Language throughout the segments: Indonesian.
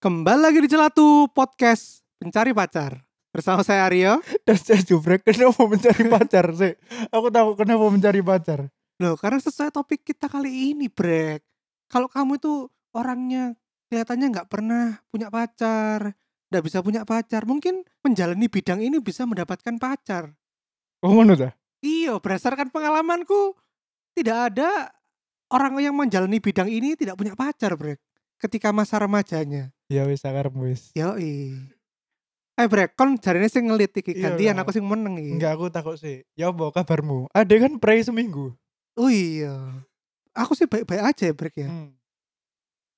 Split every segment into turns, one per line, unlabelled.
Kembali lagi di Celatu Podcast Pencari Pacar Bersama saya Aryo
Dan saya jubrek kenapa mencari pacar sih? Aku tahu kenapa mencari pacar.
Loh karena sesuai topik kita kali ini Brek Kalau kamu itu orangnya kelihatannya nggak pernah punya pacar Nggak bisa punya pacar Mungkin menjalani bidang ini bisa mendapatkan pacar
Oh ngono ta?
Iya berdasarkan pengalamanku Tidak ada orang yang menjalani bidang ini tidak punya pacar Brek Ketika masa remajanya
Ya wis sakarepmu wis.
Yoi. Eh brek, kon jarine sing ngelit iki
Iya
gantian
lah.
aku sing meneng iki.
Enggak aku takut sih. Ya apa kabarmu? Ade kan pray seminggu.
Oh iya. Aku sih baik-baik aja ya brek ya.
Hmm.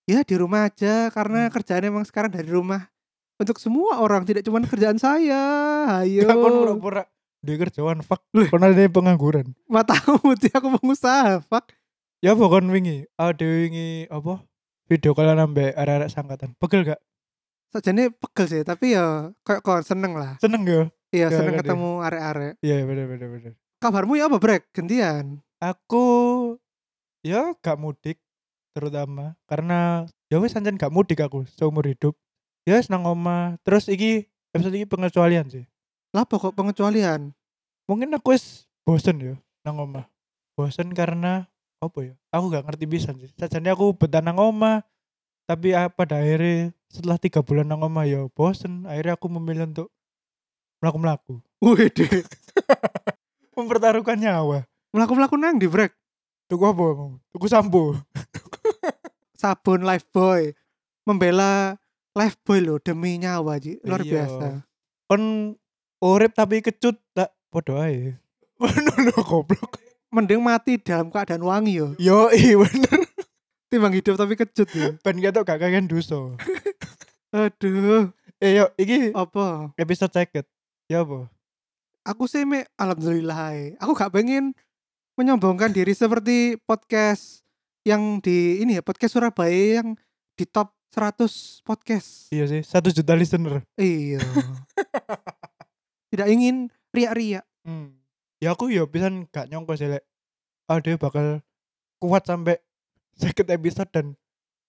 Ya di rumah aja karena
Hmm.
kerjaan emang sekarang dari rumah. Untuk semua orang tidak cuma kerjaan saya. Ayo.
Enggak kon pura-pura di kerjaan fuck. Kon ada pengangguran.
Matamu dia aku pengusaha, Pak.
Ya apa kon wingi? Ade wingi apa? Video kalian ambek arek-arek sangkatan. Pegel gak?
Sajane pegel sih, tapi ya kayak kon seneng lah.
Seneng gak?
Iya,
Ya,
seneng
kan,
ketemu arek-arek.
Iya bener bener bener.
Kabarmu ya apa brek? Gantian.
Aku ya gak mudik terutama karena ya wis anjen gak mudik aku seumur hidup. Ya wis nang omah. Terus iki episode iki pengecualian sih.
Lah pokok pengecualian.
mungkin aku wis bosen ya nang omah bosen karena apa ya aku gak ngerti pisan sih sajane aku betah nang omah tapi ah, pada akhirnya setelah tiga bulan nang omah ya bosen akhirnya aku memilih untuk melaku melaku
Wih,
mempertaruhkan nyawa
melaku-melaku nang di brek.
tuku apa kamu tuku sampo
sabun life boy membela life boy loh demi nyawa Ji. luar
Iya.
biasa
kon urip tapi kecut tak podo ae bener lo goblok
mending mati dalam keadaan wangi yo
yo i bener
timbang hidup tapi kecut ya. yo
ben ketok gak kakean duso
aduh
eh yo iki
apa
episode ceket ya apa
aku sih me alhamdulillah ae. aku gak pengen menyombongkan diri seperti podcast yang di ini ya podcast Surabaya yang di top 100 podcast
iya sih satu juta listener
iya tidak ingin riak-riak
Hmm. Ya aku ya pisan gak nyongko sih lek. Ah dia bakal kuat sampai sakit episode dan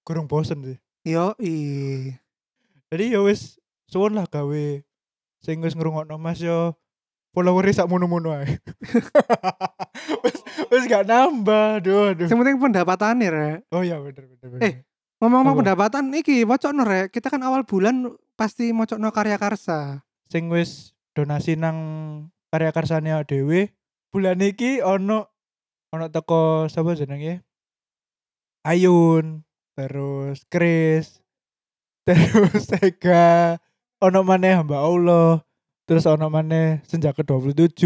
kurang bosen sih.
yo i
Jadi ya wis suwun lah gawe sing wis ngrungokno Mas yo follower sak mono-mono ae. wis wis gak nambah, aduh aduh.
yang penting pendapatannya Rek.
Oh ya bener bener bener.
Eh. Ngomong-ngomong
Apa?
pendapatan iki mocokno rek, kita kan awal bulan pasti mocokno karya karsa.
Sing wis donasi nang karya karsane dhewe bulan iki ono ono teko sapa jenenge? Ayun, terus Chris, terus Sega, ono maneh Mbak Allah, terus ono maneh Senja ke-27.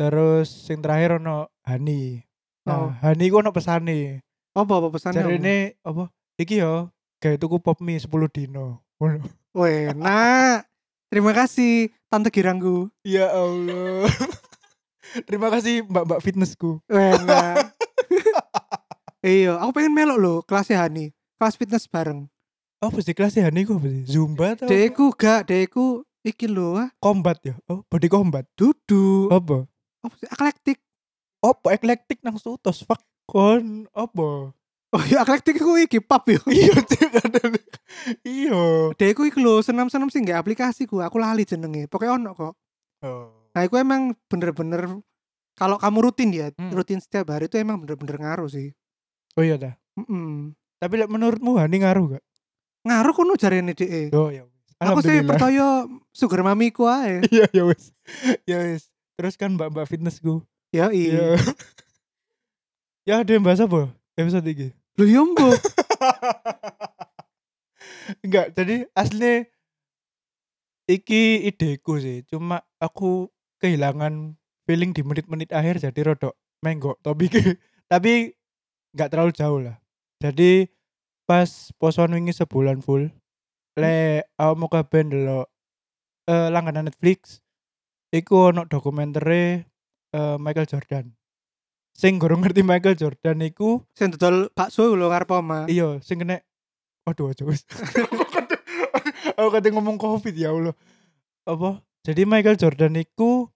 Terus sing terakhir ono Hani.
Oh.
Nah, Hani ku ono pesane.
Apa apa pesannya? Ini...
Jarene apa? Iki yo, gawe tuku pop mie 10 dino. Ngono.
nak. Terima kasih Tante Girangku.
Ya Allah. Terima kasih mbak-mbak fitnessku.
Wena. iya, aku pengen melok loh kelasnya Hani. Kelas fitness bareng.
Oh, pasti kelas ya Hani ku apa sih? Zumba atau apa?
Deku gak, deku iki lho ah,
combat ya? Oh, body combat.
dudu.
Apa?
Apa sih? Eklektik.
Apa eklektik nang sutos fuck kon apa?
Oh iya, eklektik iku iki pub yo.
Iya, cek ada. Iya.
Deku iki lho senam-senam sih gak aplikasi gua, aku lali jenenge. Pokoknya ono kok.
Oh.
Nah, itu emang bener-bener kalau kamu rutin ya,
Hmm.
rutin setiap hari itu emang bener-bener ngaruh sih.
Oh iya dah.
Mm-mm.
Tapi lek menurutmu Hani ngaruh gak?
Ngaruh kuno jarene DE.
Oh ya. wis.
Aku sih
Alhamdulillah.
percaya sugar mamiku ae.
Iya, ya wis. Ya wis. Terus kan mbak-mbak fitnessku.
ya iya.
Iya. ya, ada yang bahas apa? Episode ini.
Lu yo iya, mbok.
Enggak, jadi aslinya iki ideku sih. Cuma aku kehilangan feeling di menit-menit akhir jadi rodok menggok topiknya. Tapi enggak terlalu jauh lah. Jadi pas posoan wingi sebulan full le aku mau kabeh ndelok eh langganan Netflix iku ono dokumentere eh, Michael Jordan. Sing gorong ngerti Michael Jordan iku
Sing dodol bakso lho karep oma.
iya sing kena waduh aja wis. Aku kate- Aku kate ngomong Covid ya Allah. Apa? Jadi Michael Jordan iku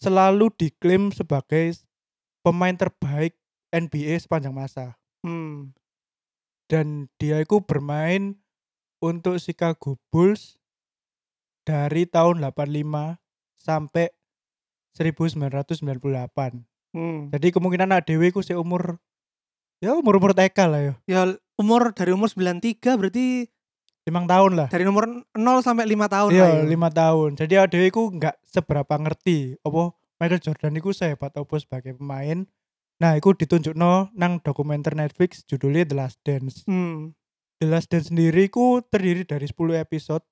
selalu diklaim sebagai pemain terbaik NBA sepanjang masa.
Hmm.
dan dia itu bermain untuk Chicago Bulls dari tahun 85 sampai 1998.
Hmm.
Jadi kemungkinan anak dewe ku seumur ya umur-umur TK lah ya.
Ya umur dari umur 93 berarti
5 tahun lah.
dari umur 0 sampai 5 tahun lah
Iya,
ya.
5 tahun. Jadi anak dewe ku nggak seberapa ngerti apa Michael Jordan itu sehebat apa sebagai pemain. Nah, itu ditunjukno nang dokumenter Netflix judulnya The Last Dance.
Hmm.
The Last Dance sendiri ku terdiri dari 10 episode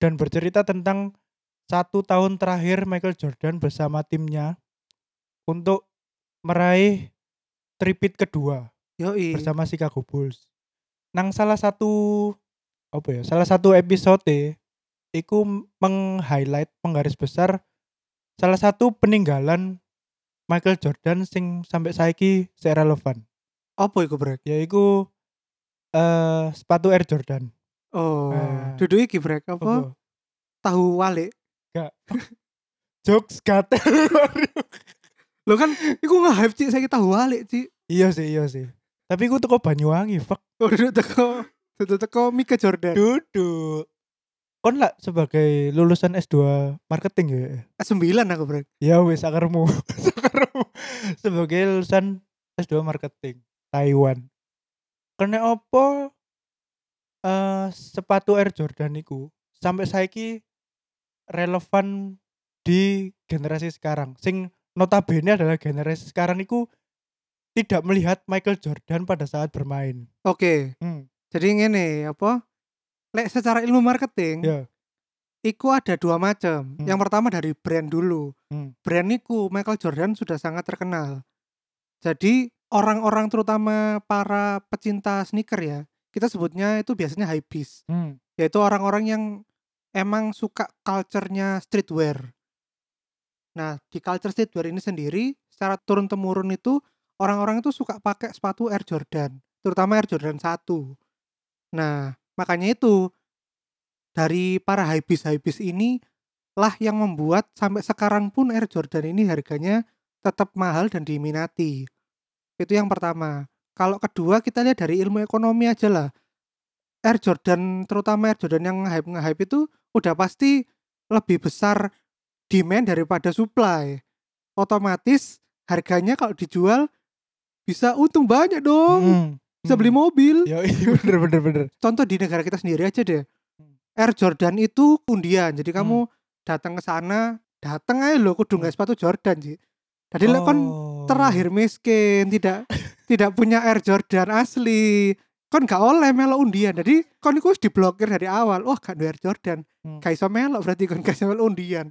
dan bercerita tentang satu tahun terakhir Michael Jordan bersama timnya untuk meraih tripit kedua
Yoi.
bersama Chicago Bulls. Nang salah satu apa ya? Salah satu episode iku meng-highlight penggaris besar salah satu peninggalan Michael Jordan sing sampai saiki serelevan
Apa iku, Brek?
yaitu eh sepatu Air Jordan.
Oh.
Ah.
Dudu iki, Brek, apa? Tahu walik.
Jokes gatel.
Lo kan iku nge-hype Cik, saiki tahu walik, Cik.
iya sih, iya sih. Tapi gue teko Banyuwangi, fuck
Oh, duduk teko. Duduk teko Mika Jordan.
duduk. Kon lah sebagai lulusan S2 marketing ya.
Eh, Sembilan aku, Brek.
Ya wes akarmu. Akarmu. sebagai lulusan S2 marketing Taiwan. Kena opo eh sepatu Air Jordan iku sampai saiki relevan di generasi sekarang. Sing notabene adalah generasi sekarang iku tidak melihat Michael Jordan pada saat bermain.
Oke.
Hmm.
Jadi ngene apa? Lek secara ilmu marketing,
Ya.
iku ada dua macam.
Hmm.
Yang pertama dari brand dulu.
Hmm.
Brand iku Michael Jordan sudah sangat terkenal. Jadi orang-orang terutama para pecinta sneaker ya, kita sebutnya itu biasanya hypebeast,
Hmm.
yaitu orang-orang yang emang suka culture-nya streetwear. Nah, di culture streetwear ini sendiri secara turun temurun itu orang-orang itu suka pakai sepatu Air Jordan, terutama Air Jordan 1. Nah, makanya itu dari para hypebeast-hypebeast ini lah yang membuat sampai sekarang pun Air Jordan ini harganya tetap mahal dan diminati. Itu yang pertama. Kalau kedua kita lihat dari ilmu ekonomi aja lah. Air Jordan terutama Air Jordan yang hype nge-hype itu udah pasti lebih besar demand daripada supply. Otomatis harganya kalau dijual bisa untung banyak dong.
Hmm.
Bisa beli
Hmm.
mobil
Ya iya, bener bener bener.
contoh di negara kita sendiri aja deh.
Hmm.
Air Jordan itu undian. Jadi kamu datang ke sana, datang aja lo kudu nggak sepatu Jordan sih. Jadi lo kan
Hmm. Oh.
terakhir miskin, tidak tidak punya Air Jordan asli. Kon gak oleh melo undian. Jadi kon iku wis diblokir dari awal. Wah, gak ada Air Jordan.
Hmm.
Gak iso melo berarti kon gak iso melo undian.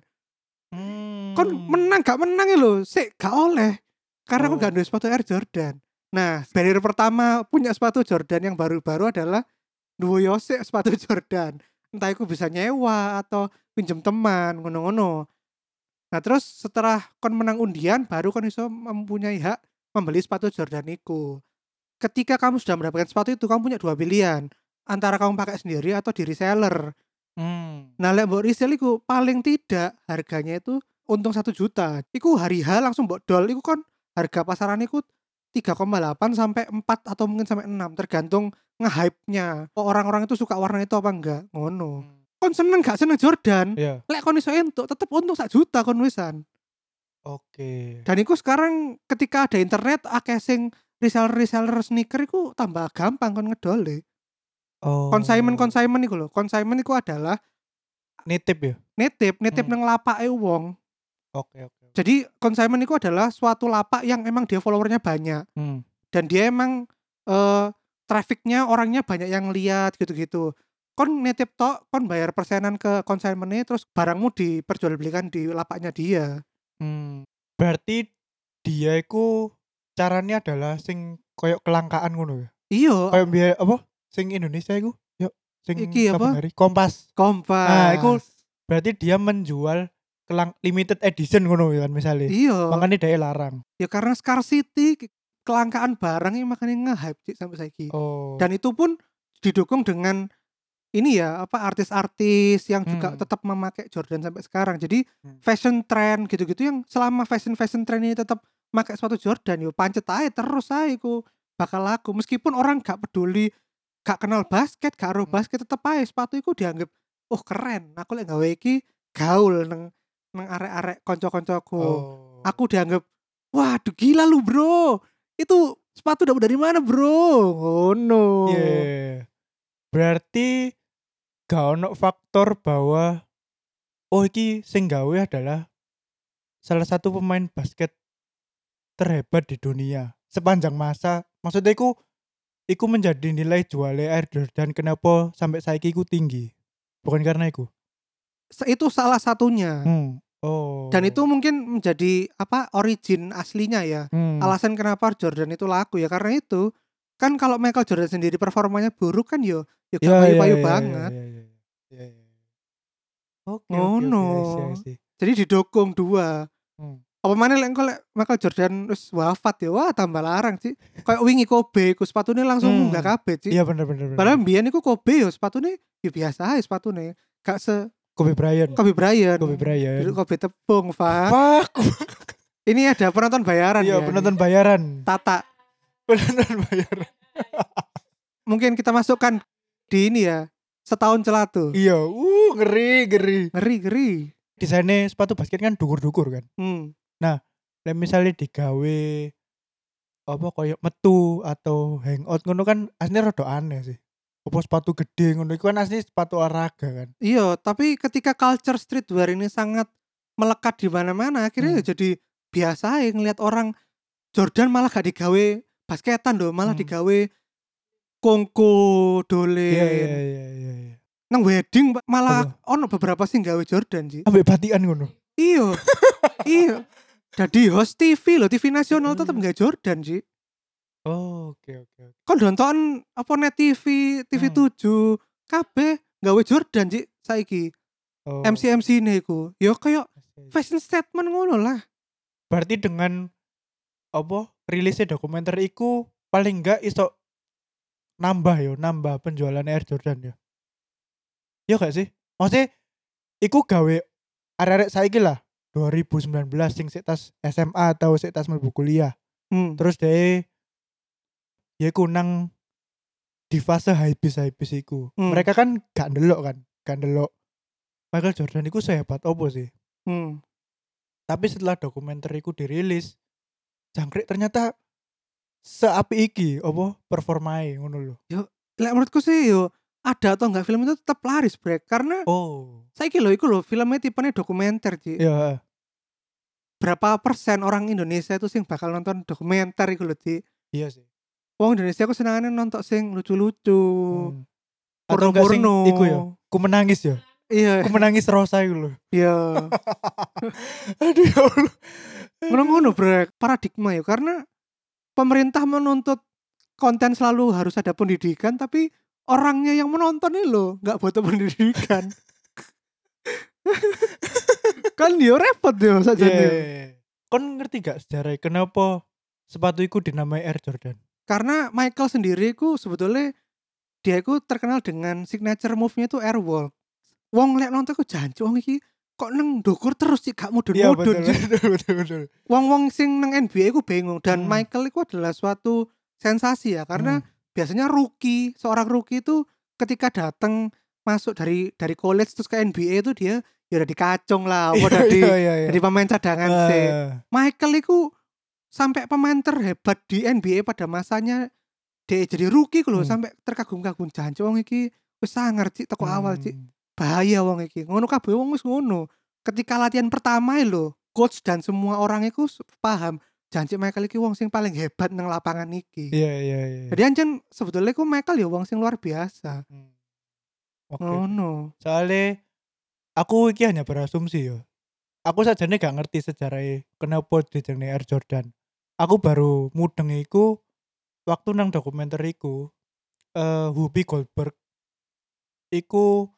Hmm.
Kon menang gak menang ya lo, sik gak oleh. Karena kon
Oh.
gak ada sepatu Air Jordan. Nah, barrier pertama punya sepatu Jordan yang baru-baru adalah duwe sik sepatu Jordan. Entah itu bisa nyewa atau pinjem teman, ngono-ngono. Nah, terus setelah kon menang undian baru kon iso mempunyai hak membeli sepatu Jordan iku. Ketika kamu sudah mendapatkan sepatu itu, kamu punya dua pilihan. Antara kamu pakai sendiri atau di reseller.
Hmm.
Nah, lek mbok resell iku paling tidak harganya itu untung 1 juta. Iku hari H langsung mbok dol iku kon harga pasaran iku 3,8 sampai 4 atau mungkin sampai 6 tergantung nge-hype-nya. Kok Orang-orang itu suka warna itu apa enggak? Ngono. Kon seneng gak seneng Jordan?
Ya,
Lek kon iso entuk tetep untung 1 juta kon wisan.
oke.
Dan iku sekarang ketika ada internet akeh sing reseller-reseller sneaker iku tambah gampang kon ngedole.
Oh.
Consignment-consignment iku lho. Consignment iku adalah
nitip ya.
nitip, nitip
Hmm.
nang lapake wong.
Oke, oke.
Jadi consignment itu adalah suatu lapak yang emang dia followernya banyak
Hmm.
dan dia emang eh trafficnya orangnya banyak yang lihat gitu-gitu. Kon netip tok, kon bayar persenan ke konsumennya, terus barangmu diperjualbelikan di lapaknya dia.
Hmm. Berarti dia iku caranya adalah sing koyok kelangkaan ngono ya.
Iya,
Koyok biaya apa? Sing Indonesia iku. Yuk, sing
Iki apa?
saben hari. Kompas.
kompas.
Nah, iku- Berarti dia menjual kelang limited edition ngono ya kan misalnya.
Iya.
Makanya dia larang.
Ya karena scarcity ki- kelangkaan barang ini makanya nge-hype Cik, sampai saiki.
Oh.
Dan itu pun didukung dengan ini ya apa artis-artis yang juga
Hmm.
tetap memakai Jordan sampai sekarang. Jadi
Hmm.
fashion trend gitu-gitu yang selama fashion fashion trend ini tetap pakai sepatu Jordan yo pancet aja terus aja iku bakal laku meskipun orang gak peduli gak kenal basket gak roh
Hmm.
basket tetep aja sepatu iku dianggap oh keren aku lek gawe iki gaul neng neng arek-arek konco-koncoku
oh.
aku dianggap waduh gila lu bro itu sepatu dapat dari mana bro oh no Iya.
Yeah. Berarti gak ono faktor bahwa oh iki sing gawe adalah salah satu pemain basket terhebat di dunia sepanjang masa. Maksudnya iku iku menjadi nilai jualnya Air Jordan kenapa sampai saiki iku tinggi. Bukan karena iku.
Se- itu salah satunya
Hmm. Oh.
dan itu mungkin menjadi apa origin aslinya ya
Hmm.
alasan kenapa Jordan itu laku ya karena itu kan kalau Michael Jordan sendiri performanya buruk kan yo yo gak
Ya, ya,
payu-payu
ya, ya,
banget Oh,
ya, ya, ya, ya, ya. Oke, iya,
Ngono.
oke, oke, I see, I see.
jadi didukung dua
Hmm.
apa mana lek engko lek Michael Jordan terus wafat ya wah tambah larang sih kayak wingi Kobe ku sepatune langsung
Hmm.
munggah kabeh sih
Iya bener bener. bener.
padahal mbiyen iku Kobe yo sepatune ya biasa ae sepatune gak se
Kobe Bryant.
Kobe Bryant
Kobe Bryant.
Duduk Kobe tepung Pak
Fuck.
ini ada penonton bayaran
Iya,
ya
penonton bayaran.
Tata
Penonton bayaran.
mungkin kita masukkan di ini ya setahun celatu
Iya, uh ngeri, ngeri.
ngeri ngeri
Desainnya sepatu basket kan dukur-dukur kan.
hmm.
Lah misalnya digawe apa koyo metu atau hangout ngono kan aslinya rada aneh sih. Apa sepatu gede ngono iku kan aslinya sepatu olahraga kan.
Iya, tapi ketika culture streetwear ini sangat melekat di mana-mana, akhirnya
Hmm.
ya jadi biasa ya ngelihat orang Jordan malah gak digawe basketan loh, malah
Hmm.
digawe kongko dolen.
Iya iya iya iya. iya.
Nang wedding Pak, malah ono beberapa sih gawe Jordan sih.
Ambek batikan ngono.
Iya. iya. Jadi host TV loh, TV nasional tetap
Hmm.
nggak Jordan sih.
Oh, oke oke oke.
Kok nonton apa net TV, TV 7, kabeh gawe Jordan sih saiki.
Oh.
MC MC ini iku. Yo kayak fashion statement ngono lah.
berarti dengan apa rilisnya dokumenter iku paling enggak iso nambah yo nambah penjualan Air Jordan ya ya gak sih maksudnya iku gawe arek-arek saiki lah 2019 sing sik tas SMA atau sik tas mlebu kuliah
Hmm.
terus deh ya iku nang di fase hype hype iku
Hmm.
mereka kan gak ndelok kan gak ndelok Michael Jordan iku sehebat opo sih
Hmm.
Tapi setelah dokumenter iku dirilis, jangkrik ternyata seapi iki apa performae ngono lho.
Lek menurutku sih yo ada atau enggak film itu tetap laris brek karena
Oh.
saya kira iku loh filmnya tipenya dokumenter Ci.
Ya,
Berapa persen orang Indonesia itu sing bakal nonton dokumenter iku lho Ci.
iya sih.
Wong Indonesia aku senengane nonton sing lucu-lucu,
Hmm. Atau enggak sing
porno-porno.
iku ya. Ku menangis ya.
Iya,
Ku menangis rosa iku lho.
iya.
Aduh ya Allah.
Ngono-ngono brek, paradigma ya karena pemerintah menuntut konten selalu harus ada pendidikan tapi orangnya yang menonton ini loh nggak butuh pendidikan kan dia repot dia saja
Iya, iya, iya. Kon ngerti gak sejarah kenapa sepatu iku dinamai Air Jordan?
karena Michael sendiri ku sebetulnya dia ku terkenal dengan signature move-nya itu airwalk. Wong lek nonton ku janji wong iki kok neng dokur terus sih gak mudun-mudun sih.
Iya, betul betul betul.
Wong-wong sing neng NBA ku bingung dan
Hmm.
Michael itu adalah suatu sensasi ya karena
Hmm.
biasanya rookie, seorang rookie itu ketika datang masuk dari dari college terus ke NBA itu dia ya udah dikacung lah, apa
Iya,
dari
iya, iya, iya.
dari pemain cadangan sih.
Ah.
Michael itu sampai pemain terhebat di NBA pada masanya dia jadi rookie ku lho
Hmm.
sampai terkagum-kagum janji wong iki wis sangar cik teko awal cik
Hmm.
bahaya wong iki ngono kabeh wong wis ngono ketika latihan pertama e lho coach dan semua orang itu s- paham janji Michael iki wong sing paling hebat nang lapangan iki
Iya iya iya.
jadi nah. anjen sebetulnya ku Michael ya wong sing luar biasa
Hmm. Oke.
ngono
soalnya aku iki hanya berasumsi ya aku saja gak ngerti sejarah e kenapa dijenengi Air Jordan aku baru mudeng iku waktu nang dokumenter iku eh Whoopi Goldberg iku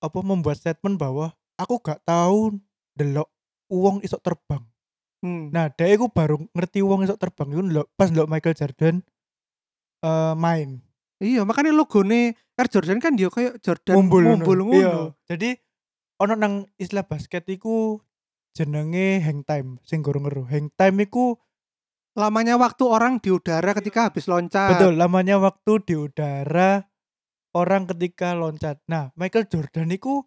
apa membuat statement bahwa aku gak tahu delok uang iso terbang.
Hmm.
Nah, dia iku baru ngerti uang iso terbang iku ndelok- pas ndelok Michael Jordan eh, main
Iya, makanya logone Air Jordan kan dia kayak Jordan
ngumpul
ngumpul
ngono.
ngono.
Iya. Jadi ono nang istilah basket iku jenenge hang time sing gorong ngeru. Hang time iku
Lamanya waktu orang di udara ketika habis loncat.
Iya. betul lamanya waktu di udara orang ketika loncat. Nah, Michael Jordan iku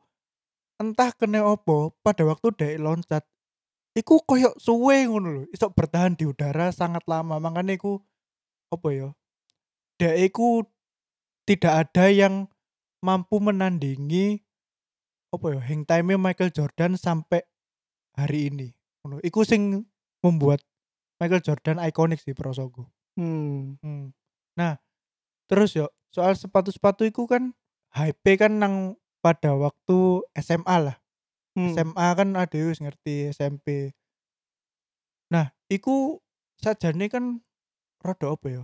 entah kene opo pada waktu dia loncat iku koyok suwe ngono lho. Iso bertahan di udara sangat lama. Makanya iku opo ya? Dia iku tidak ada yang mampu menandingi apa ya hang time Michael Jordan sampai hari ini. Ngono. Iku sing membuat Michael Jordan ikonik sih prosoku.
Hmm.
Hmm. Nah, terus yo soal sepatu-sepatu itu kan hype kan nang pada waktu SMA lah.
Hmm.
SMA kan ada wis ngerti SMP. Nah, iku sajane kan rada apa ya?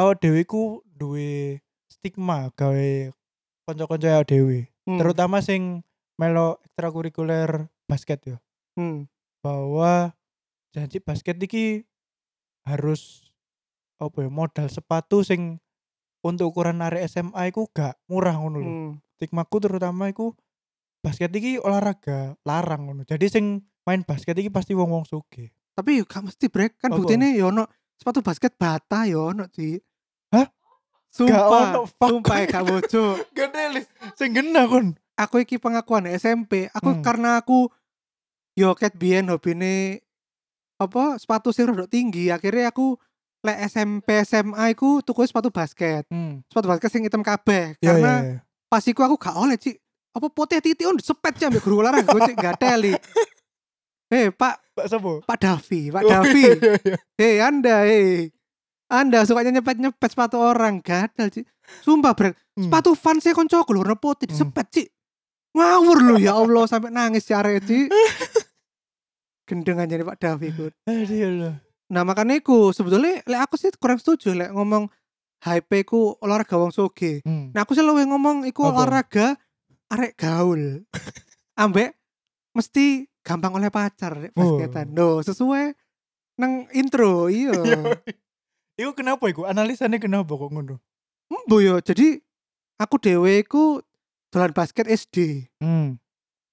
Awak dhewe iku duwe stigma gawe kanca-kanca awak dhewe,
Hmm.
terutama sing melo ekstrakurikuler basket yo
Hmm.
bahwa janji basket iki harus apa ya modal sepatu sing untuk ukuran arek SMA iku gak murah ngono lho.
Hmm.
Stigmaku terutama iku basket iki olahraga larang ngono. Jadi sing main basket iki pasti wong-wong sugih.
Tapi yo gak mesti break kan
Apa?
buktinya yo ono sepatu basket bata yo ono sih.
Hah?
Sumpah,
ono, fuck.
sumpah ya, gak bojo.
Gede sing genah kon.
aku iki pengakuan SMP aku
Hmm.
karena aku yo ket biyen hobine apa sepatu sing rodok tinggi akhirnya aku lek SMP SMA aku tuku sepatu basket
Hmm.
sepatu basket sing hitam kabeh
Ya
karena
ya, ya.
pas iku aku gak oleh cik apa putih titik on sepet cik ambek guru olahraga gue cik gak teli hei pak
Pak Sopo.
pak Davi pak Davi
Iya,
hei anda hei anda sukanya nyepet nyepet sepatu orang gatel cik sumpah brek sepatu fans saya konco aku warna putih
Hmm.
disepet cik ngawur lu ya Allah sampai nangis cara cik gendeng aja nih Pak Davi ikut.
Eh, iya, Aduh.
nah makanya aku sebetulnya lek aku sih kurang setuju lek ngomong hype ku olahraga wong soge
Hmm.
nah aku sih lebih ngomong iku
Apa?
olahraga arek gaul ambek mesti gampang oleh pacar rek
Oh.
basketan no sesuai nang intro iya
Iku kenapa iku? Analisane kenapa kok ngono?
Mbo yo jadi aku dewe iku dolan basket SD
Hmm.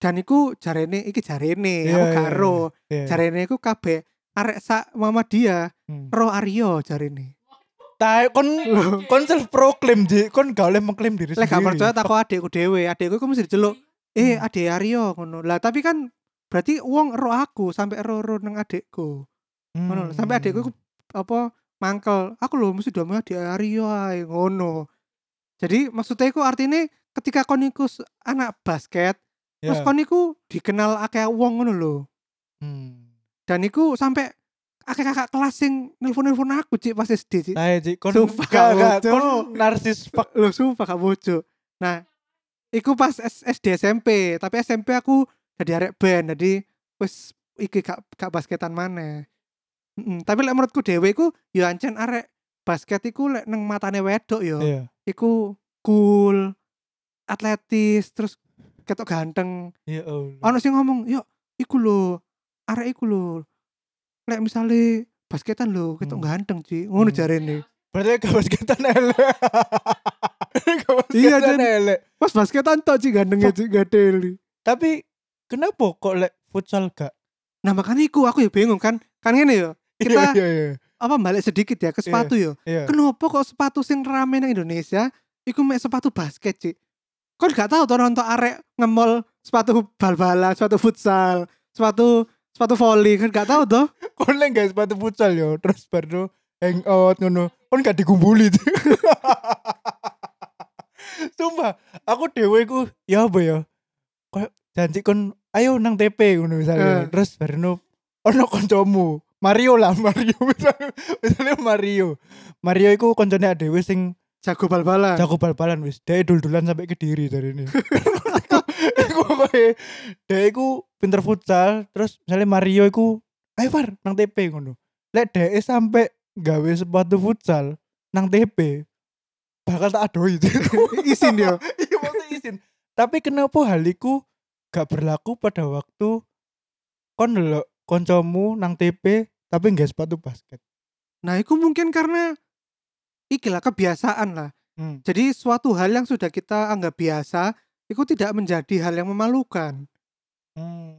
dan iku jarene iki jarene
Iya,
aku
iya,
gak
iya.
ro
ya.
jarene iku kabeh arek sak mama dia
Hmm.
ro Aryo jarene
Tai kon kon self proclaim Ji, kon gak oleh mengklaim diri
lek gak
sendiri.
percaya takok adekku dhewe adekku iku mesti diceluk eh adek Aryo ngono lah tapi kan berarti wong ro aku sampai ro ro nang adekku
Hmm.
ngono lho. sampai adekku iku apa mangkel aku lho mesti dome adek Aryo ae ngono jadi maksudnya iku artinya ketika kon iku s- anak basket
Ya.
terus kon iku dikenal akeh wong ngono lho
Hmm.
dan iku sampai kakek kakak kelas sing nelfon nelfon aku cik pas SD cik
Tai Ji, kon
Sumpah,
gak gak
Cok.
kon narsis pak.
lo sumpah kak bojo nah iku pas S- SD SMP tapi SMP aku jadi arek band jadi wis iki kak kak basketan mana tapi lek menurutku dewe iku ya ancen arek basket iku lek neng matane wedok yo
Iya.
iku cool atletis terus ketok ganteng
Ya Allah.
ono sing ngomong yo iku lho arek iku lho lek misale basketan lho ketok
Hmm.
ganteng Ci ngono
Hmm.
jarene
Berarti gak basketan elek. Gak
Iya,
basketan
Jen.
elek.
pas basketan tok Ci gantenge Ci gadeli
Tapi kenapa kok lek futsal gak?
nah makanya iku aku ya bingung kan kan ngene yo
Iya,
kita
iya, iya.
apa balik sedikit ya ke
Iya.
sepatu yo
Iya.
kenapa kok sepatu sing rame nang Indonesia iku mek sepatu basket Ci kon gak tahu to nonton arek ngemol sepatu bal-balan sepatu futsal sepatu sepatu volley kan gak tahu to
Kon lek gak sepatu futsal yo, terus baru hang out oh, ngono. Kon gak dikumpuli. Ji. Sumpah, aku dewe ku ya apa ya? Kayak janji kon ayo nang TP ngono
Eh.
misalnya. Terus baru ono koncomu. Mario lah, Mario misalnya, misalnya Mario. Mario iku koncone dhewe sing
jago bal-balan
jago bal-balan wis dia dul-dulan sampai ke diri dari ini iku pokoknya dia iku pinter futsal terus misalnya Mario iku ayo Far nang TP ngono lek dia sampai gawe sepatu futsal nang TP bakal tak adoi
isin dia
iya maksudnya izin tapi kenapa haliku gak berlaku pada waktu kon lho koncomu nang TP tapi nggak sepatu basket.
Nah, itu mungkin karena ikilah kebiasaan lah.
Hmm.
Jadi suatu hal yang sudah kita anggap biasa, itu tidak menjadi hal yang memalukan. Hmm.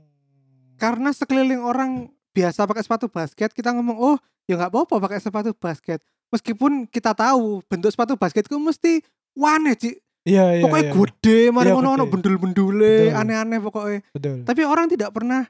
Karena sekeliling orang biasa pakai sepatu basket, kita ngomong, oh ya nggak apa-apa pakai sepatu basket. Meskipun kita tahu bentuk sepatu basket itu mesti aneh Ci.
Iya, iya.
pokoknya
iya.
gede, mari
Iya,
ngono-ngono
gede.
bendul-bendule,
Betul.
aneh-aneh pokoknya.
Betul.
Tapi orang tidak pernah,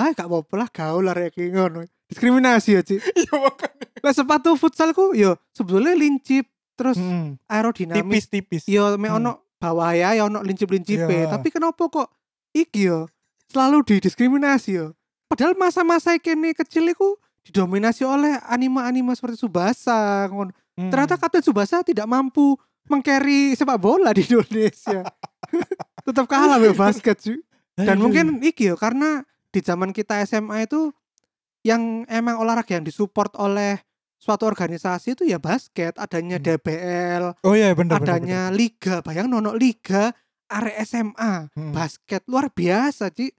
ah gak apa-apa lah gaul lah kayak gini, ngono. Diskriminasi ya, Ci.
Iya, makanya.
Lah sepatu futsalku yo sebetulnya lincip, terus
Hmm,
aerodinamis.
Tipis-tipis.
Yo me Iya,
Hmm.
ono bawah ya, ya ono lincip-lincipe.
Iya.
Tapi kenapa kok iki yo selalu didiskriminasi yo? Padahal masa-masa kene kecil iku didominasi oleh anime-anime seperti Subasa. Ngono.
Hmm.
Ternyata Kapten Subasa tidak mampu mengcarry sepak bola di Indonesia. Tetap kalah ya basket cuy. Dan
Aduh.
mungkin iki yo karena di zaman kita SMA itu yang emang olahraga yang disupport oleh suatu organisasi itu ya basket, adanya
Hmm.
DBL,
Oh iya benar
adanya liga bayang nono liga arek
Hmm.
SMA basket luar biasa Ci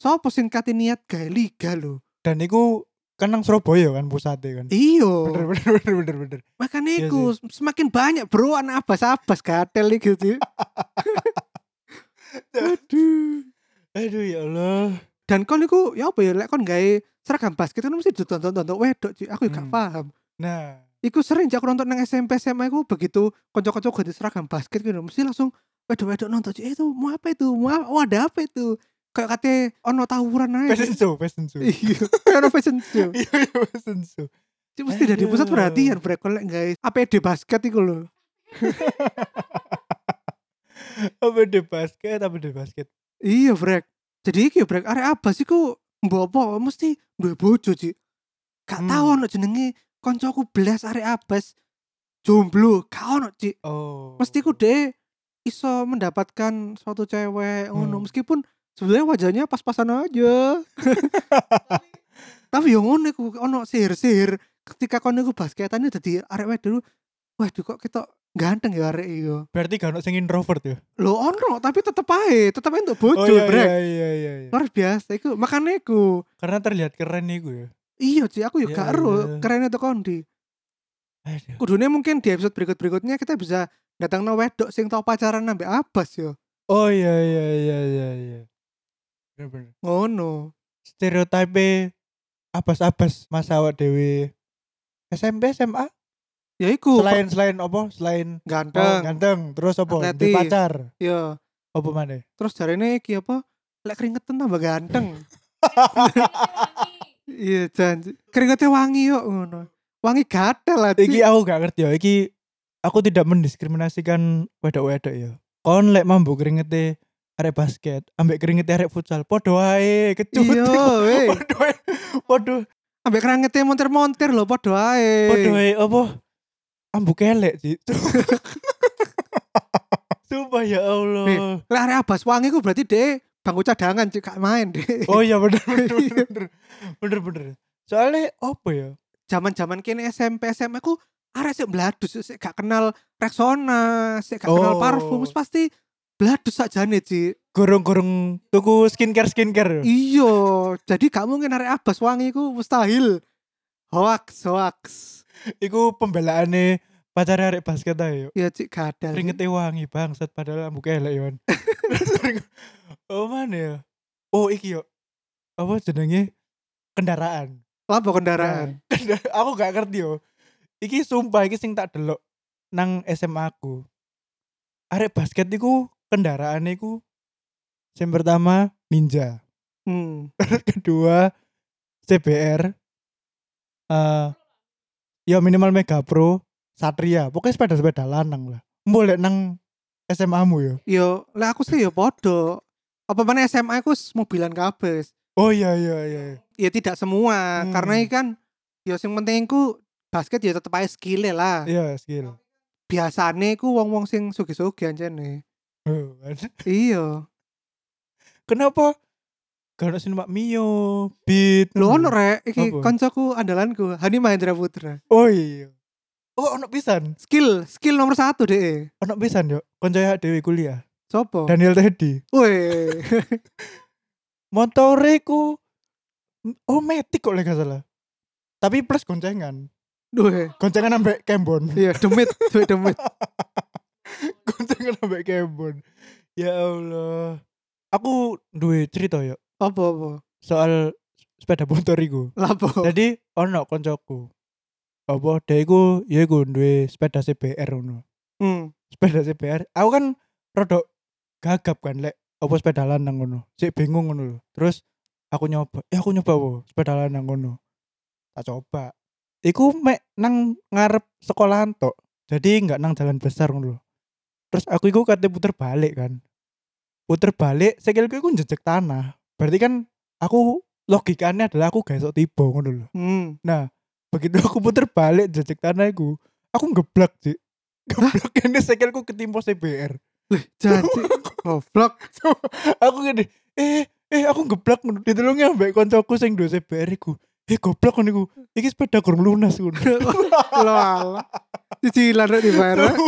sopo sing kate niat gawe liga lho
Dan iku kan nang Surabaya kan pusatnya kan.
iyo
Bener bener bener bener bener.
makanya
Iya
iku semakin banyak bro anak abas-abas gatel iki Ci
Nah.
aduh
Aduh ya Allah.
dan kon iku ya apa ya lek kon gawe seragam basket kan mesti ditonton-tonton wedok Ci aku ya gak
Hmm.
paham
Nah,
Iku sering cak nonton nang SMP SMA iku begitu kanca-kanca ganti seragam basket gitu mesti langsung wedok-wedok nonton "Eh, itu mau apa itu mau apa- oh, ada apa itu kayak kate ono tawuran aja
fashion show, fashion show. Iya
iya kayak ono fashion show
iya fashion show.
Cik, mesti dari pusat
Aduh.
perhatian brek lek guys APD basket iku lho
Apa di basket, apa di basket.
iya brek jadi iki brek arek abas iku mbok apa mesti duwe bojo Ci. gak
Hmm.
tau ono jenenge kancaku belas arek abas jomblo gak ono Ci.
Oh.
mesti ku deh iso mendapatkan suatu cewek ngono
Hmm.
meskipun sebenarnya wajahnya pas-pasan aja tapi yang ngono iku ono sihir-sihir ketika kono iku basketannya jadi arek wedok waduh kok kita ganteng ya arek iyo
Berarti gak ono sing introvert ya.
lo ono tapi tetep ae tetep ae untuk bojo
iya,
brek
iya iya iya iya.
luar biasa iku makanya iku
Karena terlihat keren ya. nih gue.
iya sih aku
Ya
juga gak ero
Allah.
kerennya tuh kondi
Aduh.
kudunya mungkin di episode berikut-berikutnya kita bisa datang no wedok sing tau pacaran nambah abas yo
Oh iya iya iya iya iya. Bener bener.
ngono
Stereotipe abas-abas masa awak dewe SMP SMA
ya iku
selain selain apa selain
ganteng,
oh, ganteng terus apa di
Atletis.
pacar
ya
apa mana
terus jarene iki apa lek keringetan tambah ganteng iya janji keringetnya wangi yo ngono wangi gatel lah Ci.
iki aku gak ngerti ya iki aku tidak mendiskriminasikan wedok-wedok ya kon lek mambu keringete arek basket ambek keringete arek futsal podo ae kecut
iya weh
podo ae podo
ambek keringetnya montir-montir lho padha ae
podo ae apa ambu kelek sih sumpah ya Allah
lek arek abas wangi ku berarti deh bangku cadangan cik gak main deh
oh iya bener bener bener bener bener, bener. soalnya apa ya
zaman-zaman kini SMP SMA ku arek sik bladus sik gak kenal Rexona sik gak kenal
Oh.
parfum wis pasti bladus sakjane Ci.
gorong-gorong tuku skincare skincare
iya jadi gak mungkin arek abas wangi ku mustahil hoax hoax
iku pembelaane pacar arek basket ae yo
ya cik gadal
ringete wangi bangsat padahal ambu elek yo oh mana ya oh iki yo apa jenenge kendaraan
apa kendaraan
Kendara- aku gak ngerti yo iki sumpah iki sing tak delok nang SMA aku arek basket iku kendaraan iku yang pertama ninja
hmm.
kedua CBR eh ya minimal Mega Pro Satria pokoknya sepeda-sepeda lanang lah boleh nang SMA mu ya. yo
yo Iya, lah aku sih yo podo apa mana SMA aku s- mobilan kabes
oh iya iya iya
ya tidak semua
Hmm.
karena ikan yo sing penting ku basket ya tetep aja skill lah
iya skill
biasane ku wong-wong sing sugih-sugih anjene
Oh, kan.
iya
kenapa karena sini Mak Mio Beat
lho ono rek iki
Hmm. Apa?
koncoku andalanku Hani Mahendra Putra
oh iya oh ono pisan
skill skill nomor satu deh
ono pisan yo koncoy ya, dewi kuliah
Sopo?
Daniel Teddy
Weh.
motore ku oh metik kok nggak salah tapi plus goncengan
Weh.
goncengan sampai kembon
Iya, demit, duit demit.
goncengan sampai kembon ya Allah aku duwe cerita yuk
Apa apa?
soal sepeda motor iku
Lapo.
Jadi ono koncoku. Apa dhek iku ya iku duwe sepeda CBR ngono.
Hmm.
Sepeda CBR. Aku kan rodok gagap kan lek apa sepeda lanang ngono. Sik bingung ngono lho. Terus aku nyoba, ya aku nyoba wo, sepeda lanang ngono. Tak coba. Iku mek nang ngarep sekolahan tok. Jadi nggak nang jalan besar ngono lho. Terus aku iku kate puter balik kan. Puter balik, sikilku iku njejek tanah. Berarti kan aku logikanya adalah aku gak esok tiba ngono lho.
Hmm.
Nah, begitu aku puter balik jejak tanahku, aku ngeblak sih. Ngeblak ini sekelku ketimpa CBR.
Lih, janji. Goblok.
aku gini, eh, eh aku ngeblak ditolongnya mbak koncoku sing duwe CBR iku. Eh goblok ngono iku. Iki sepeda kurang lunas ngono.
Lo ala. Cicilan rek dibayar. rek.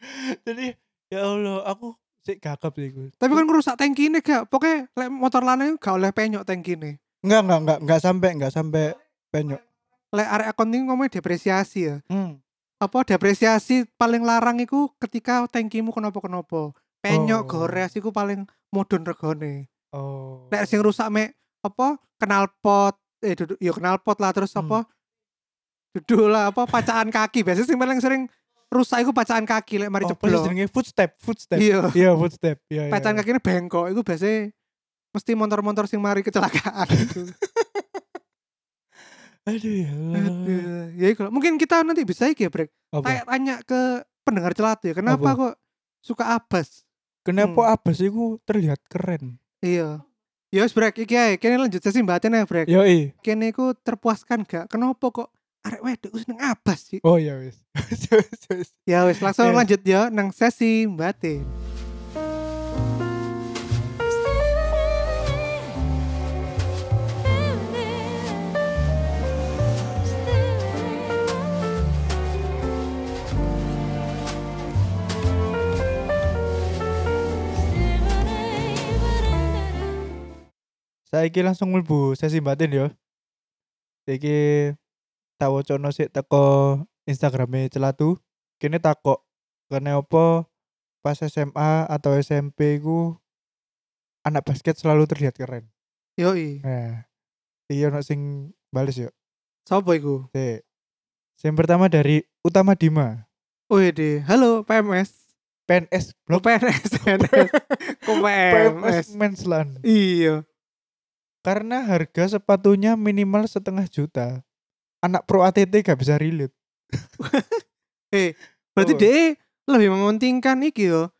Jadi ya Allah, aku sik gagap sih iku.
Tapi kan ngerusak tangki ini gak. Pokoknya lek motor lanang gak oleh penyok tangki ini.
Enggak, enggak, enggak, enggak sampai, enggak sampai penyok.
Lek arek accounting ngomongnya depresiasi ya.
Hmm.
Apa depresiasi paling larang iku ketika tangkimu kenapa-kenapa. Penyok
Oh.
gores iku paling modern regone.
Oh.
Lek sing rusak mek apa knalpot eh duduk ya knalpot lah terus
Hmm.
apa duduk lah apa pacaan kaki. Biasanya sing paling sering rusak iku pacaan kaki lek mari
Oh, apa sih
ceblok.
jenenge footstep, footstep.
Iya.
Iya, footstep. Iya, iya.
pecahan kaki ini bengkok itu biasanya mesti motor-motor sing mari kecelakaan gitu.
Aduh ya Allah.
Aduh, ya iku lah. mungkin kita nanti bisa iki ya Brek
Apa?
tanya, tanya ke pendengar celatu ya kenapa kok suka abas
Kenapa
Hmm.
abas itu terlihat keren?
iya ya wis Brek iki ae kene lanjut sesi mbaten ya Brek
Yoi.
kene iku terpuaskan gak kenapa kok arek wedok ku seneng abas sih
Oh ya wis. Wis, wis, wis.
ya wis langsung
Yes.
lanjut ya nang sesi mbaten
Saiki langsung mlebu sesi batin yo. Iki tak wacono sik teko Instagrame Celatu. Kene takok kene apa pas SMA atau SMP ku anak basket selalu terlihat keren.
yoi
Nah, iya ono sing bales yo.
sapa iku
Sik. Yang pertama dari Utama Dima,
Wih deh, halo PMS
PNS
Lo
Blok
PNS, PNS Kok PMS
PNS Mensland.
Iya
Karena harga sepatunya minimal setengah juta. Anak pro ATT gak bisa relate.
Berarti
Oh.
DE lebih mementingkan iki yo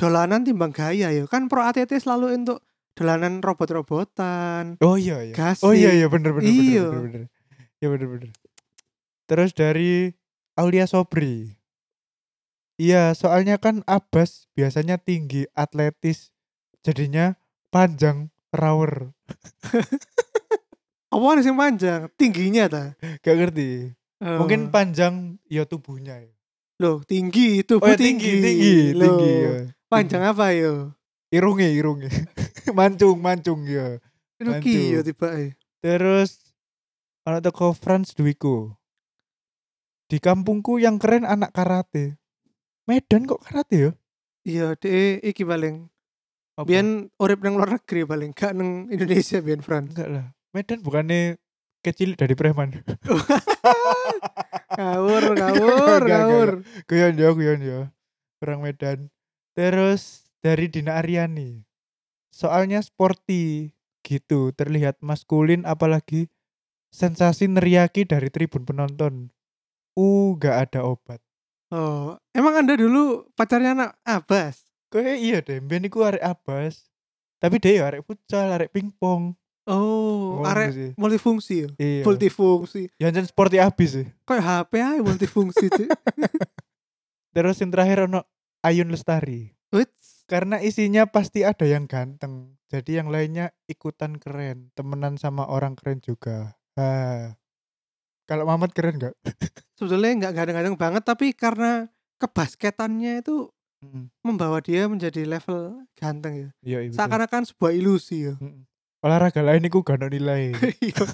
dolanan timbang gaya yo. Kan pro ATT selalu untuk dolanan robot-robotan.
Oh iya iya.
Kasih.
Oh iya iya bener bener bener,
Iya.
bener bener. Iya bener bener. Terus dari Aulia Sobri. Iya, soalnya kan Abbas biasanya tinggi, atletis. Jadinya panjang, rawer.
Apa sing panjang? Tingginya ta?
Gak ngerti.
Oh.
Mungkin panjang ya tubuhnya. ya.
loh tinggi itu
ya, tinggi,
Loh,
tinggi. ya.
Panjang apa yo?
Irunge, irunge. mancung, mancung ya.
Luki yo
Aduh.
tiba eh.
Terus anak toko Franz Dwiko. Di kampungku yang keren anak karate. Medan kok karate ya?
Iya, DE iki paling. Biyen urip nang luar negeri paling gak nang Indonesia biyen France.
enggak lah. Medan bukannya kecil dari preman.
Ngawur,
Enggak,
ngawur,
enggak,
ngawur.
guyon ya, guyon ya. Orang Medan. Terus dari Dina Ariani. Soalnya sporty gitu, terlihat maskulin apalagi sensasi neriaki dari tribun penonton. Uh, gak ada obat.
Oh, emang Anda dulu pacarnya anak Abbas?
Kayaknya iya deh, ben iku arek abas. Tapi dia ya arek futsal, arek pingpong.
Oh,
Ngono
arek
sih.
multifungsi yo.
Iya.
Multifungsi. ya
Jangan sporty abis ya sih.
Kayak HP aja multifungsi cuy.
Terus yang terakhir ono Ayun Lestari.
Wits.
Karena isinya pasti ada yang ganteng. Jadi yang lainnya ikutan keren, temenan sama orang keren juga. Ah. Kalau Mamat keren nggak?
Sebetulnya nggak ganteng-ganteng banget tapi karena kebasketannya itu
Mm-mm.
membawa dia menjadi level ganteng ya.
Iya, iya, betul.
Seakan-akan sebuah ilusi ya.
Mm-mm. Olahraga lain iku gak ada nilai.
Iya.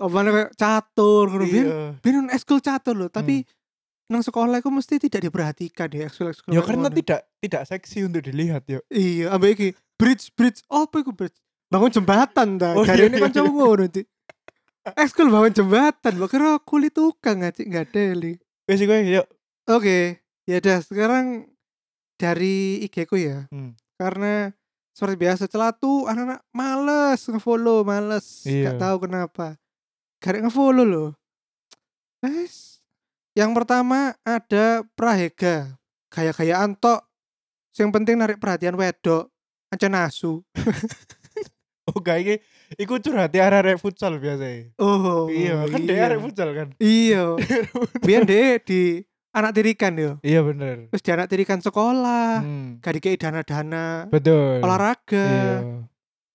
Apa kayak catur, ngono biyen
Iya.
biyen nang ekskul catur loh, tapi nang sekolah iku mesti tidak diperhatikan ya ekskul-ekskul.
Hmm. Ya
kayak
karena
ngono.
tidak tidak seksi untuk dilihat ya.
Iya, ambek iki bridge bridge apa iku bridge? Bangun jembatan ta. Oh,
Oh, iya,
Dari ini
iya,
kan
iya.
ngono nanti. Ekskul bangun jembatan, mbok kira kulit tukang ngaji enggak deli.
Wes iku ya.
Oke, ya udah sekarang dari IG ku ya.
Hmm.
Karena seperti biasa celatu anak-anak males ngefollow, males.
Iya.
Enggak tahu kenapa. Gak ada yang ngefollow loh. Guys, yang pertama ada Prahega. Gaya-gayaan tok. Yang penting narik perhatian wedok. Ancen asu.
Oh, gak iki iku curhati arek-arek futsal biasa.
Oh,
iya, kan dia arek futsal kan.
Iya. Biar deh di anak tirikan yo.
Iya bener.
Terus di anak tirikan sekolah.
Hmm.
Gak dikei
kan
dana-dana.
Betul. Iya.
Olahraga.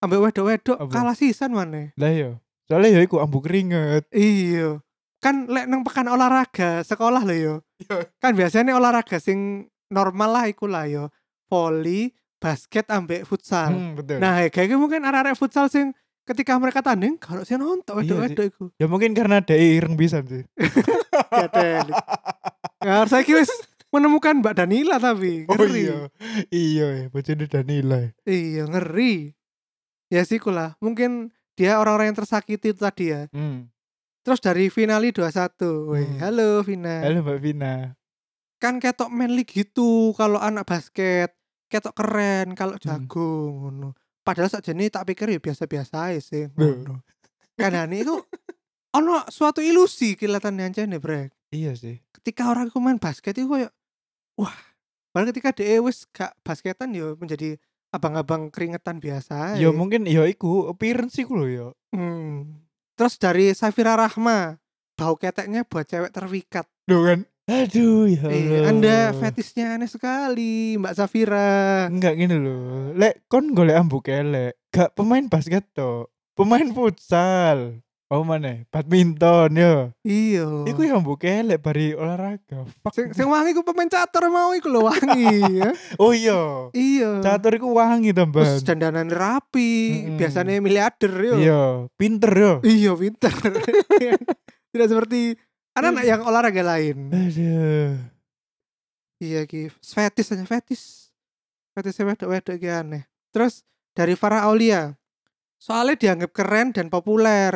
Ambek wedok-wedok
Apa?
kalah sisan maneh.
Lah iya. Soalnya ya iku ambu keringet.
Iya. Kan lek nang pekan olahraga sekolah lho yo.
Iya.
Kan biasanya olahraga sing normal lah iku lah yo. Voli, basket ambek futsal.
Hmm, betul.
Nah, kayak gitu mungkin arek-arek futsal sing ketika mereka tanding kalau sih nonton wedok-wedok iku.
Ya mungkin karena ada ireng bisa sih.
Gadelik. Ya, saya kira wis menemukan Mbak Danila tapi
Oh
ngeri.
iya. Iya, ya, bojone Danila. ya.
Iya, ngeri. Ya sih lah. Mungkin dia orang-orang yang tersakiti itu tadi ya.
Hmm.
Terus dari Finali 21. Weh,
Hmm.
halo Vina.
Halo Mbak Vina.
kan ketok manly gitu kalau anak basket ketok keren kalau jago ngono padahal saja ini tak pikir ya biasa-biasa aja sih ngono karena ini itu ono suatu ilusi kelihatannya aja nih brek
Iya sih.
ketika orang itu main basket itu kayak wah padahal ketika dia wis gak basketan ya menjadi abang-abang keringetan biasa ae.
Ya mungkin ya iku appearance iku lho ya.
Hmm. terus dari Safira Rahma bau keteknya buat cewek terwikat
Loh kan. Aduh ya
Eh,
Allah.
anda fetishnya aneh sekali Mbak Safira
Enggak gini loh. Lek kon golek ambu kelek. Gak pemain basket to. Pemain futsal. Oh mana? Badminton ya.
Iya.
Iku ya ambu kelek bari olahraga. Fuck.
sing, sing wangi ku pemain catur mau iku lho wangi ya.
Oh iya.
Iya.
Catur iku wangi
Terus
tambahan.
dandanan rapi,
Mm-mm.
biasanya miliarder yo.
Iya, pinter yo.
Iya, pinter. Tidak seperti Iya. anak-anak yang olahraga lain.
Aduh.
Iya ki, fetis aja fetis. Fetis wedok-wedok ki aneh. Terus dari Farah Aulia. Soalnya dianggap keren dan populer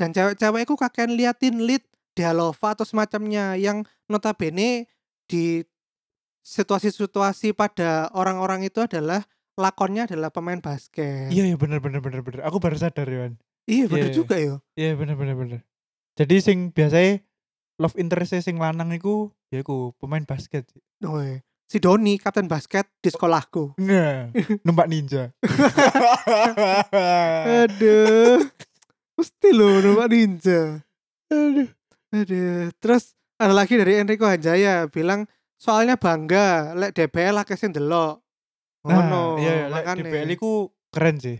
dan cewek-cewek itu kakek liatin lead dialova atau semacamnya yang notabene di situasi-situasi pada orang-orang itu adalah lakonnya adalah pemain basket.
Iya ya bener bener bener bener. Aku baru sadar Yohan.
Iya, bener
Iya.
juga ya.
Iya bener bener bener. Jadi sing biasanya love interest sing lanang iku ya iku pemain basket.
Woi, si Doni kapten basket di sekolahku.
Nah, numpak ninja.
Aduh. Mesti loh nembak ninja.
Aduh.
Aduh, terus ada lagi dari Enrico Hanjaya bilang soalnya bangga lek DBL lah kesin delok.
Nah,
Ngono,
iya, iya,
makane.
di BL iku keren sih.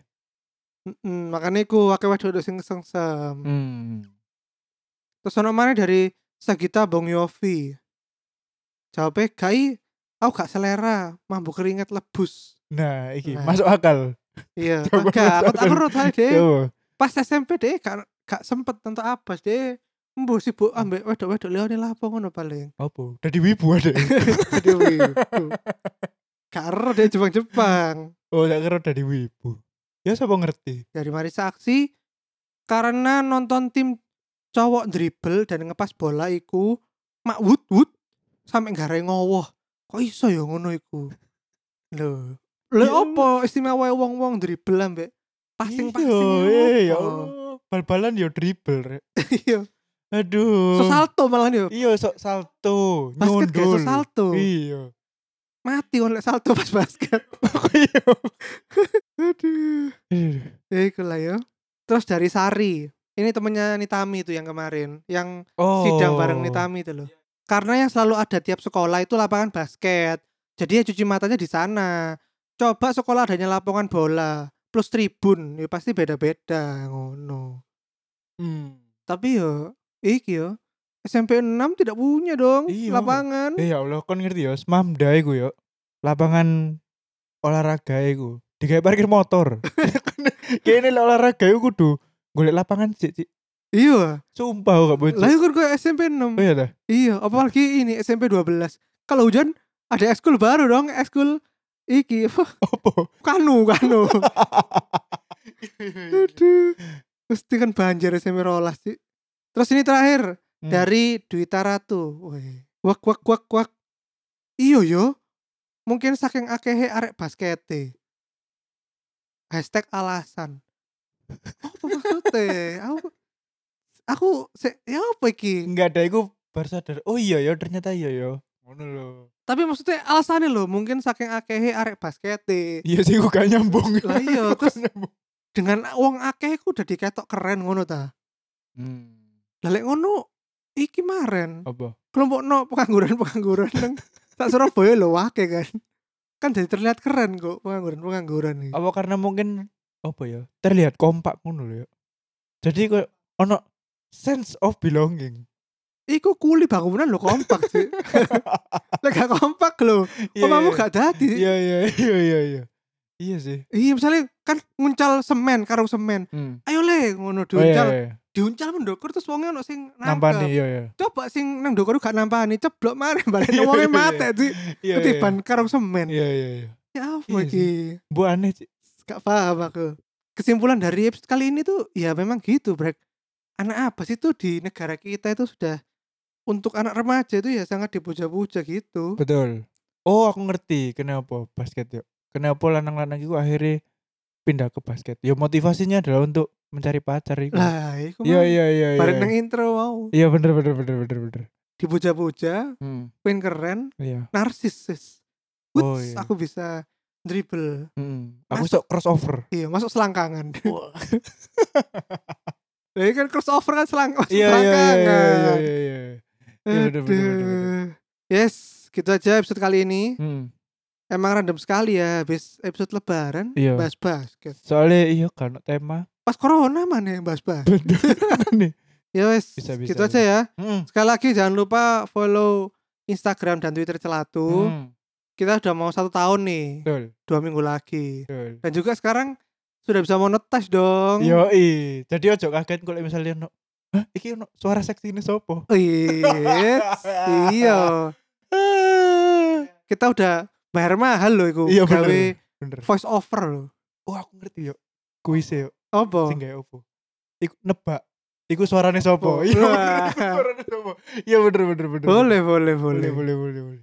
Mm, makane iku akeh wedok sing sengsem.
Hmm.
Terus ono maneh dari Sagita Bong Yofi. Jawabnya gai aku gak selera, mambu keringet lebus.
Nah, iki
Nah. Eh.
masuk akal.
Iya,
Coba
enggak, aku tak
masalah.
perut ae deh.
Yo.
Pas SMP deh gak gak sempet tentu apa deh. Mbuh sibuk ambek wedok-wedok liane lah apa ngono paling.
Apa? Dadi wibu ada.
Aduh, wibu. Karo dia Jepang-Jepang
oh, tak kira dadi wibu. Ya sapa ngerti?
dari Marisa Aksi karena nonton tim cowok dribble dan ngepas bola iku mak wut wut sampe gare ngowoh. Kok iso ya ngono iku? Lho, lho
Ya.
opo istimewa wong-wong dribble ambek pasing-pasing.
Iya, eh, ya
opo?
Allah. Bal-balan yo dribble. Rek.
Iya.
Aduh.
Sesalto malah yo.
Iya, sok salto,
ya, Basket gak
nyundul.
sesalto.
Iya.
Mati oleh salto pas basket.
Iya.
Aduh. Ya iku lah ya. Terus dari Sari. Ini temennya Nitami itu yang kemarin. Yang
Oh.
sidang bareng Nitami itu loh. Karena yang selalu ada tiap sekolah itu lapangan basket. Jadi ya cuci matanya di sana. Coba sekolah adanya lapangan bola plus tribun ya pasti beda-beda ngono.
Hmm.
Tapi yo iki yo SMP 6 tidak punya dong
Iya.
lapangan.
Eh ya Allah, kon ngerti ya, semamda iku yo. Lapangan olahraga iku. Digawe parkir motor. Kene lek olahraga iku kudu golek lapangan sik sik.
Iya.
Sumpah aku gak
Lah
bocor.
iku kan kayak SMP 6.
Oh iya dah.
Iya, apalagi ini SMP 12. Kalau hujan ada ekskul baru dong, ekskul iki
Opo?
kanu kanu.
Hmm.
Aduh. Mesti kan banjir SMP rolas sih. Terus ini terakhir
Hmm.
dari Duita Ratu. Wih. Wak wak wak wak. Iyo yo. Mungkin saking akehe arek baskete. Hashtag alasan. Apa maksudnya? aku aku se, ya apa iki?
Enggak ada iku baru sadar. Oh iya ya, ternyata iya ya. Ngono lho.
Tapi maksudnya alasannya loh, mungkin saking akehe arek baskete.
Iya sih gua gak nyambung.
Lah iya,
Gua gak
terus-
nyambung.
Dengan wong akeh ku udah diketok keren ngono ta.
Hmm.
Lah lek ngono iki maren
Apa?
kelompok no pengangguran-pengangguran nang sak Surabaya lho akeh kan. Kan jadi terlihat keren kok pengangguran-pengangguran iki.
Apa karena mungkin apa ya? Terlihat kompak ngono lho ya. Jadi kok ono sense of belonging.
Iku kuli bangunan lo kompak sih. Lek gak kompak lo,
Iya,
omamu
iya.
gak dadi.
Iya iya iya iya iya. Iya sih.
Iya, misalnya kan nguncal semen karo semen. Ayo le ngono
Hmm. Oh, iya,
diuncal,
iya.
diuncal mendokur terus wonge ono sing
Nampani
nangkep.
iya iya.
Coba sing nang ndokur gak nampani, ceblok mari balik
Iya,
wonge
iya,
mate sih.
Iya, iya.
Ketiban karo semen.
Iya iya iya.
Ya apa
Iya sih.
iki?
Bu aneh Cik.
gak paham aku kesimpulan dari episode kali ini tuh ya memang gitu brek anak apa sih tuh di negara kita itu sudah untuk anak remaja itu ya sangat dipuja-puja gitu
Betul. Oh, aku ngerti kenapa basket yuk. Kenapa lanang-lanang itu akhirnya pindah ke basket. Ya motivasinya adalah untuk mencari pacar itu.
lah iku
Iya
mah.
iya iya. iya.
bareng nang intro mau
Iya bener bener bener bener bener.
dipuja-puja
Hmm.
pengen keren
Iya.
narsis
Oh,
Wuts,
iya.
aku bisa dribble
Mm. Aku
Masuk.
sok crossover.
iya masuk selangkangan Lah iya kan crossover kan selang masuk
Iya iya iya,
selangkangan
iya iya iya. iya. Iya, bener, bener, bener,
Aduh. yes gitu aja episode kali ini
Mm.
emang random sekali ya habis episode lebaran
Iya.
bahas basket
Soalnya iya kan tema.
pas corona mana yang bahas basket
Bener nih.
ya wes
Bisa, bisa,
gitu aja ya
Mm.
sekali lagi jangan lupa follow Instagram dan Twitter Celatu
Mm.
kita udah mau satu tahun nih
Betul.
dua minggu lagi
Betul.
dan juga sekarang sudah bisa monetize dong
Yo i, jadi ojo kaget kalau misalnya no, Hah, iki no suara seksi ini sopo?
Yes, iya kita udah bayar mahal loh itu
Iya, bener.
gawe
Bener.
voice over loh
Oh aku ngerti yo. Kuis yo,
apa
sing gawe opo? Iku nebak. Iku suarane sopo?
Oh,
Iya.
wah.
bener, Suarane sopo? Iya bener bener bener.
boleh boleh
Boleh
boleh,
boleh boleh boleh.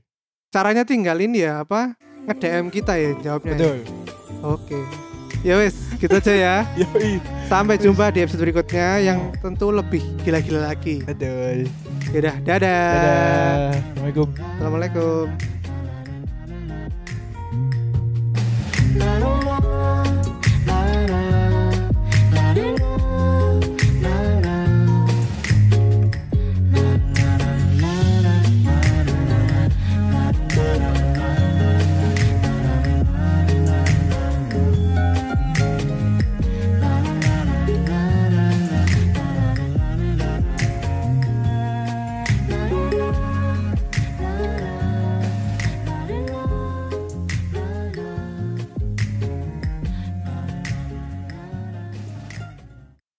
caranya tinggalin ya apa nge DM kita ya jawabnya ya.
Betul.
Oke. Ya wes, gitu aja ya.
Yo i.
Sampai jumpa di episode berikutnya yang tentu lebih gila-gila lagi.
Betul.
Yaudah, dadah.
Dadah. Assalamualaikum.
Assalamualaikum.
La la la